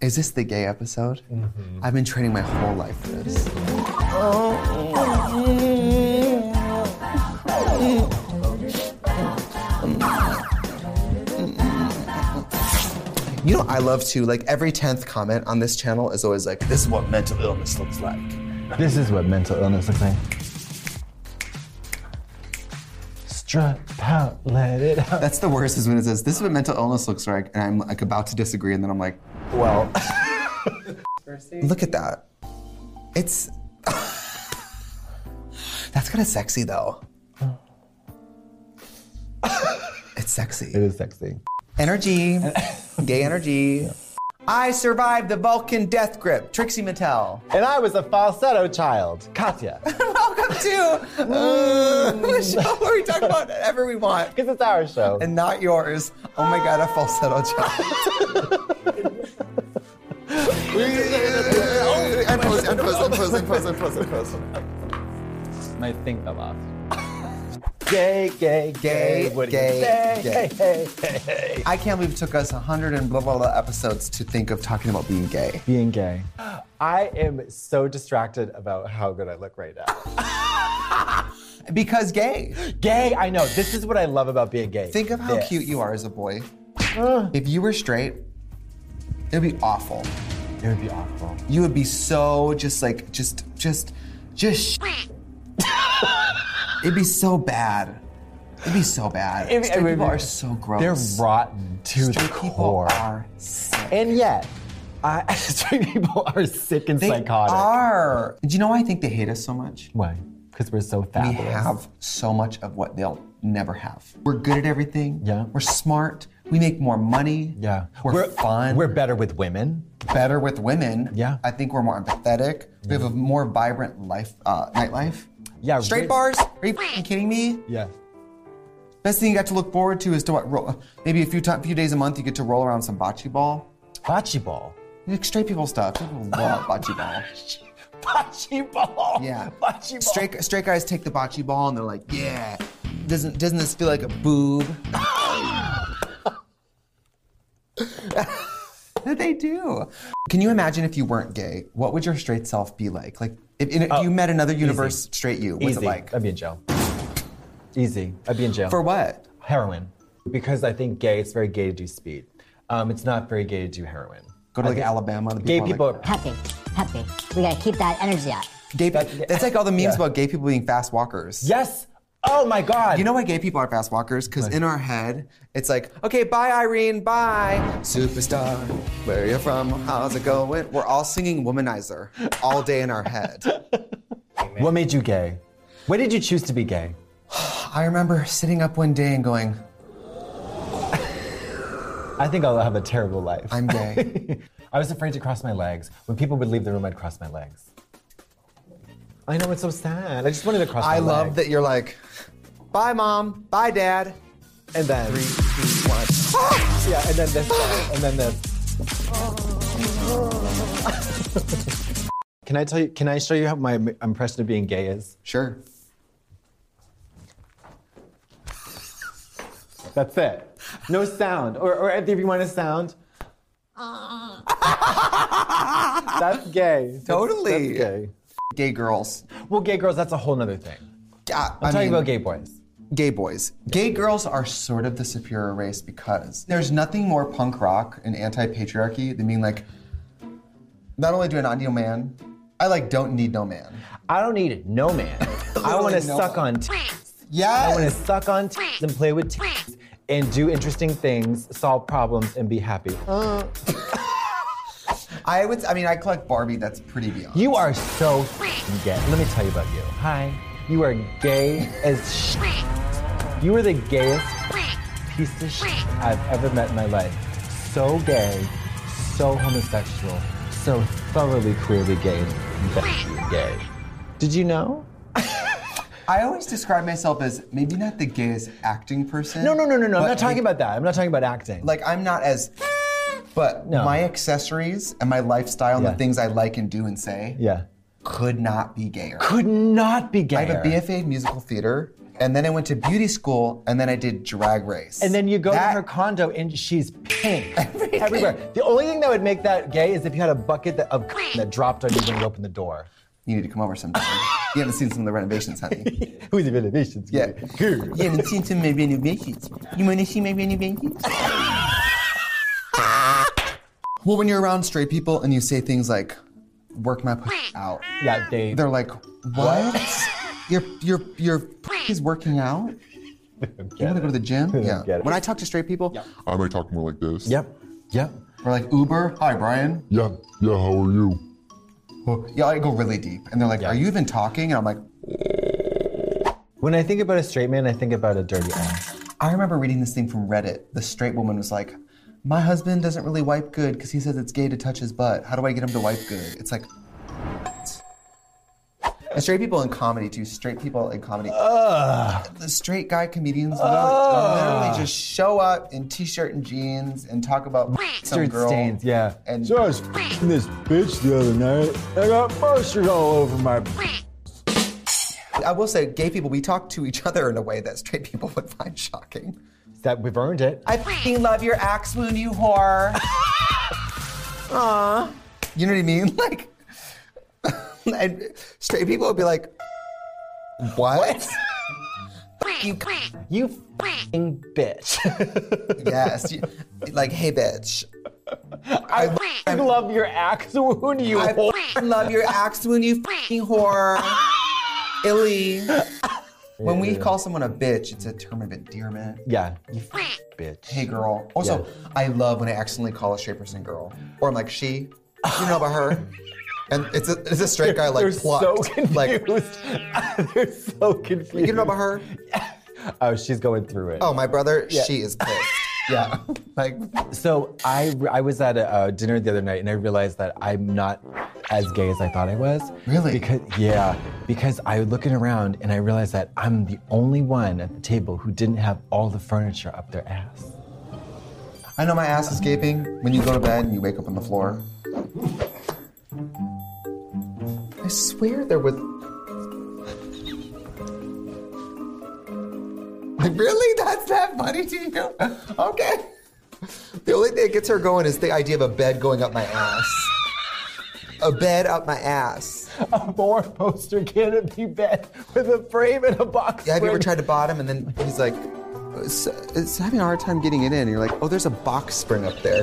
Is this the gay episode? I've been training my whole life for this. You know, I love to, like, every 10th comment on this channel is always like, this is what mental illness looks like. This is what mental illness looks like. Strut out, let it out. That's the worst is when it says, this is what mental illness looks like, and I'm, like, about to disagree, and then I'm like, well. Look at that. It's. That's kind of sexy, though. it's sexy. It is sexy. Energy. Gay energy. I survived the Vulcan death grip. Trixie Mattel. And I was a falsetto child, Katya. Welcome to uh, the show where we talk about whatever we want. Because it's our show. And not yours. Oh my god, a falsetto child. oh, end pose, end pose, end pose, end pose, end pose, end pose. my thing fell off. gay, gay, Gay, gay, what do you gay, say? gay. Hey, hey, hey, hey. I can't believe it took us 100 and blah, blah, blah episodes to think of talking about being gay. Being gay. I am so distracted about how good I look right now. Because gay. gay, I know. This is what I love about being gay. Think of how This. cute you are as a boy. Ugh. If you were straight, it would be awful. It would be awful. You would be so just like, just, just, just. sh- It'd be so bad. It'd be so bad. It- it straight would people be- are so gross. They're rotten to the Straight people core. are sick. And yet, I, straight people are sick and They psychotic. are. Do you know why I think they hate us so much? Why? Because we're so We fabulous. have so much of what they'll never have. We're good at everything. Yeah. We're smart. We make more money. Yeah. We're, fun. We're better with women. better with women. Yeah. I think we're more empathetic. We have a more vibrant life, uh, nightlife. Yeah, Straight re- bars? Are you f***ing kidding me? Yeah. Best thing you got to look forward to is to what? Roll, maybe a few ti- few days a month you get to roll around some bocce ball. Bocce ball. Like straight people stuff. People love bocce ball. Bocce ball. Yeah. Bocce ball. Straight straight guys take the bocce ball and they're like, yeah. Doesn't doesn't this feel like a boob? they do. Can you imagine if you weren't gay? What would your straight self be like? Like if, if you met another universe straight you, what's Oh, Easy. it like? I'd be in jail. Easy. I'd be in jail. For what? heroin. Because I think gay, it's very gay to do speed. Um, it's not very gay to do heroin. Go to like Alabama. The Gay are like- people are Happy, happy. We gotta keep that energy up. gay people. That's like all the memes yeah. about gay people being fast walkers. Yes! Oh my god! You know why gay people are fast walkers? Because in our head, it's like, okay, bye, Irene, bye. Superstar, where you from? How's it going? We're all singing Womanizer all day in our head. what made you gay? Why did you choose to be gay? I remember sitting up one day and going, I think I'll have a terrible life. I'm gay. I was afraid to cross my legs. When people would leave the room, I'd cross my legs. I know it's so sad. I just wanted to cross my I legs. love that you're like, bye, mom, bye, dad. And then Three, one. Ah! yeah, and then this, guy, and then this. can I tell you? Can I show you how my m- impression of being gay is? Sure. That's it. No sound, or or if you want a sound. that's gay. That's- Totally. that's gay. Gay girls. Well, gay girls, that's a whole nother thing. I'm I'm talking about gay boys. gay boys. Gay girls are sort of the superior race because there's nothing more punk rock and anti patriarchy than being like, not only do I not need no man, I like don't need no man. I don't need no man. I want to Literally no suck one. on tits. I want to Yes. suck on tits and play with tits and do interesting things, solve problems, and be happy. I would. I mean, I collect Barbie. That's pretty beyond. You are so f***ing gay. Let me tell you about you. Hi. You are gay as sh. You are the gayest piece of sh I've ever met in my life. So gay, so homosexual, so thoroughly queerly gay and that gay. Did you know? I always describe myself as maybe not the gayest acting person. No, no, no, no, no. I'm but not talking like- about that. I'm not talking about acting. Like I'm not as. But No. my accessories and my lifestyle and Yeah. the things I like and do and say yeah. could not be gayer. Could not be gay. I have a BFA in musical theater. And then I went to beauty school, and then I did drag race. And then you go That- to her condo and she's pink everywhere. The only thing that would make that gay is if you had a bucket that, of that dropped on you when you opened the door. You need to come over sometime. you haven't seen some of the renovations, honey. Who's even a nation? Yeah. Good. You haven't seen some of my renovations. You want to see my renovations? well, when you're around straight people and you say things like, work my pussy out, Yeah, they. they're like, what? your, your, your pussy's working out? You want to go to the gym? Yeah. get it. When I talk to straight people, I might talk more like this. Yep. Yep. we're like, Uber? Hi, Brian. Yeah. Yeah. How are you? Yeah, I go really deep. And they're like, are you even talking? And I'm like, When I think about a straight man, I think about a dirty ass. I remember reading this thing from Reddit. The straight woman was like, My husband doesn't really wipe good because he says it's gay to touch his butt. How do I get him to wipe good? It's like. And straight people in comedy, too. Straight people in comedy. The straight guy comedians literally, literally just show up in t shirt and jeans and talk about some Mustard girl. stains, yeah. And So I was f***ing this bitch the other night. I got mustard all over my. I will say, gay people, we talk to each other in a way that straight people would find shocking. That we've earned it. I fucking love your axe wound, you whore. Aw. You know what I mean? Like, and straight people would be like, what? you, You fing bitch. yes. you- like, hey, bitch. I f***ing love your axe wound, you I whore. fucking love your axe wound, you fucking whore. Illy. When we call someone a bitch, it's a term of endearment. Yeah, you f- bitch. Hey, girl. Also, I love when I accidentally call a straight person girl. Or I'm like, she. You know about her. And it's a, it's a straight guy like They're so plucked. confused. Like, They're so confused. You know about her? Oh, she's going through it. Oh, my brother, she is pissed. yeah. Like, So I, I was at a, uh dinner the other night and I realized that I'm not as gay as I thought I was. Really? Because yeah, because I was looking around and I realized that I'm the only one at the table who didn't have all the furniture up their ass. I know my ass is gaping when you go to bed and you wake up on the floor. I swear there was. really? That's that funny to you? Okay. The only thing that gets her going is the idea of a bed going up my ass. A bed up my ass. A more poster canopy bed with a frame and a box. Yeah, have you ever spring. tried to bottom and then he's like, it's, it's having a hard time getting it in. And you're like, oh, there's a box spring up there.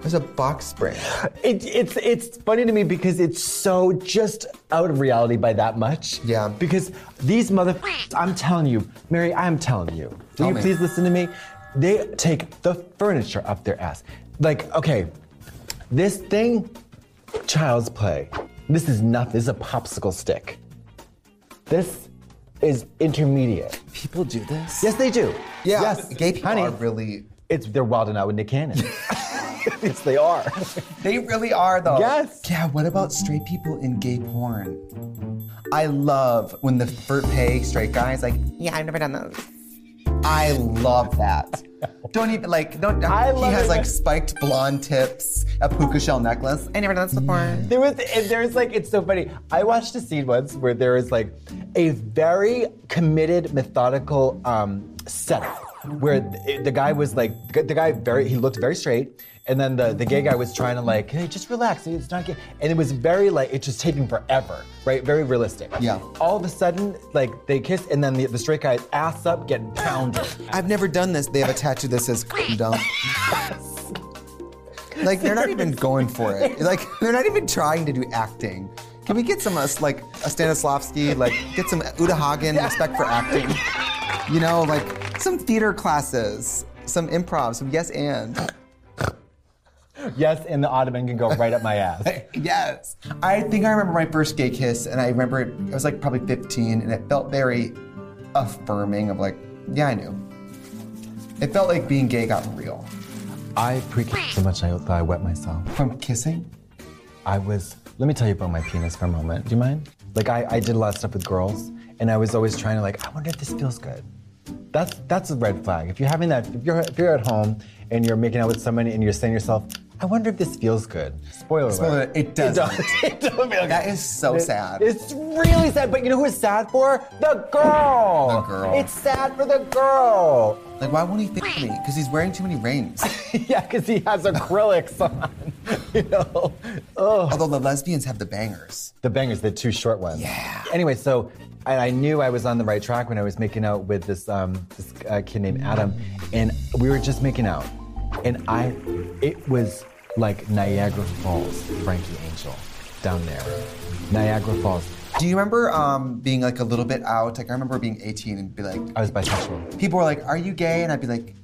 There's a box spring. It, it's it's funny to me because it's so just out of reality by that much. Yeah. Because these mother, I'm telling you, Mary, I'm telling you. Will Tell you me. please listen to me? They take the furniture up their ass. Like, okay, this thing, child's play. This is nothing. This is a popsicle stick. This is intermediate. People do this? Yes, they do. Yeah. Yes. Gay people Honey, are really, It's they're wilding out with Nick Cannon. yes, they are. they really are though. Yes. Yeah, what about straight people in gay porn? I love when the Bert Pay straight guy is like, yeah, I've never done those. I love that. Don't even like. Don't. I love he has it like when- spiked blonde tips, a puka shell necklace. I never done this before. There was, and there's like, it's so funny. I watched a scene once where there was like a very committed, methodical um, setup where the, the guy was like, the guy very, he looked very straight. And then the, the gay guy was trying to like, hey, just relax. It's not gay. And it was very like, it's just taking forever, right? Very realistic. Yeah. All of a sudden, like they kiss and then the, the straight guy's ass up getting pounded. I've never done this. They have a tattoo that says dump. like they're not even going for it. Like they're not even trying to do acting. Can we get some us like a Stanislavski, like get some Uta Hagen respect for acting? You know, like some theater classes, some improv, some yes and. yes, and the ottoman can go right up my ass. Yes. I think I remember my first gay kiss, and I remember it, I was like probably 15, and it felt very affirming of like, yeah, I knew. It felt like being gay got real. I pre-kissed so much I thought I wet myself. From kissing? I was, let me tell you about my penis for a moment. Do you mind? Like, I, I did a lot of stuff with girls, and I was always trying to, like, I wonder if this feels good. That's that's a red flag. If you're having that, if you're, if you're at home and you're making out with someone and you're saying to yourself, I wonder if this feels good. Spoiler, Spoiler, alert. it doesn't. It doesn't feel That is so sad. It's really sad, but you know who it's sad for? The The girl. girl. It's sad for the girl. Like, why won't he think of me? Because he's wearing too many rings. yeah, because he has acrylics on. You know. Although the lesbians have the bangers. The bangers, the two short ones. Yeah. Anyway, so and I knew I was on the right track when I was making out with this um, this uh, kid named Adam, and we were just making out, and I, it was like Niagara Falls, Frankie Angel, down there, Niagara Falls. Do you remember um, being like a little bit out? Like, I remember being 18 and be like, I was bisexual. people were like, Are you gay? And I'd be like,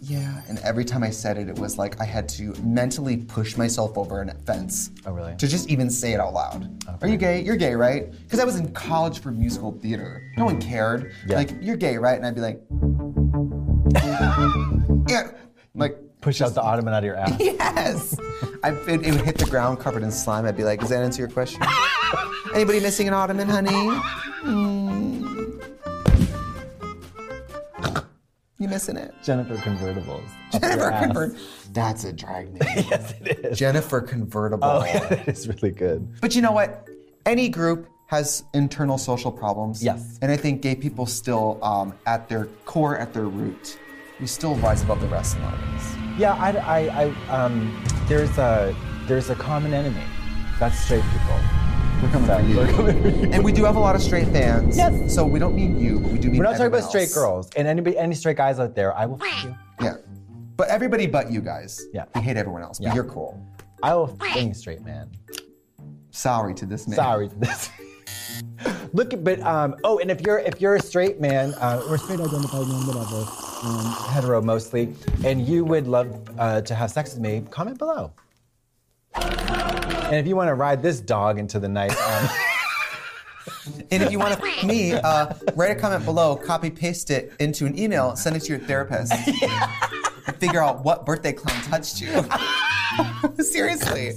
Yeah. And every time I said it, it was like I had to mentally push myself over an fence. Oh, really? Oh, To just even say it out loud. Are you gay? You're gay, right? Because I was in college for musical theater. No one cared. Yeah. Like, you're gay, right? And I'd be like, Yeah. Like, Push out the ottoman out of your ass. yes. I, it, it would hit the ground covered in slime. I'd be like, does that answer your question? Anybody missing an ottoman, honey? Hmm. Mm. You missing it? Jennifer convertibles. Jennifer Convert. That's a drag name. Oh, yes, it is. Jennifer Convertible. it's really good. But you know what? Any group has internal social problems. Yes. And I think gay people still, um, at their core, at their root, we still rise above the rest in a lot of ways. Yeah, I, I, I um, there's a there's a common enemy. That's straight people. We're coming for you. and we do have a lot of straight fans. Yes. So we don't mean you, but we do mean We're not talking everyone about straight else. girls and anybody any straight guys out there. I will f- you. Yeah. But everybody but you guys. Yeah. We hate everyone else, but Yeah. you're cool. I will f- any straight man. Sorry to this man. Sorry to this. Look, at- but um, oh, and if you're if you're a straight man uh, or straight identified man, whatever, um, hetero mostly, and you would love uh, to have sex with me, comment below. And if you want to ride this dog into the night, um, And if you want to f- me, uh, write a comment below, copy paste it into an email, send it to your therapist. And figure out what birthday clown touched you. Seriously.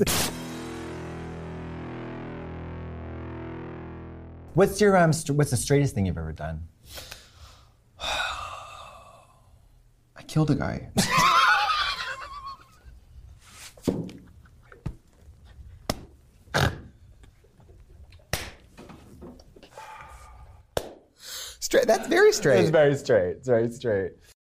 what's your um, st- what's the straightest thing you've ever done? I killed a guy. straight that's very straight. It's very straight. It's very straight.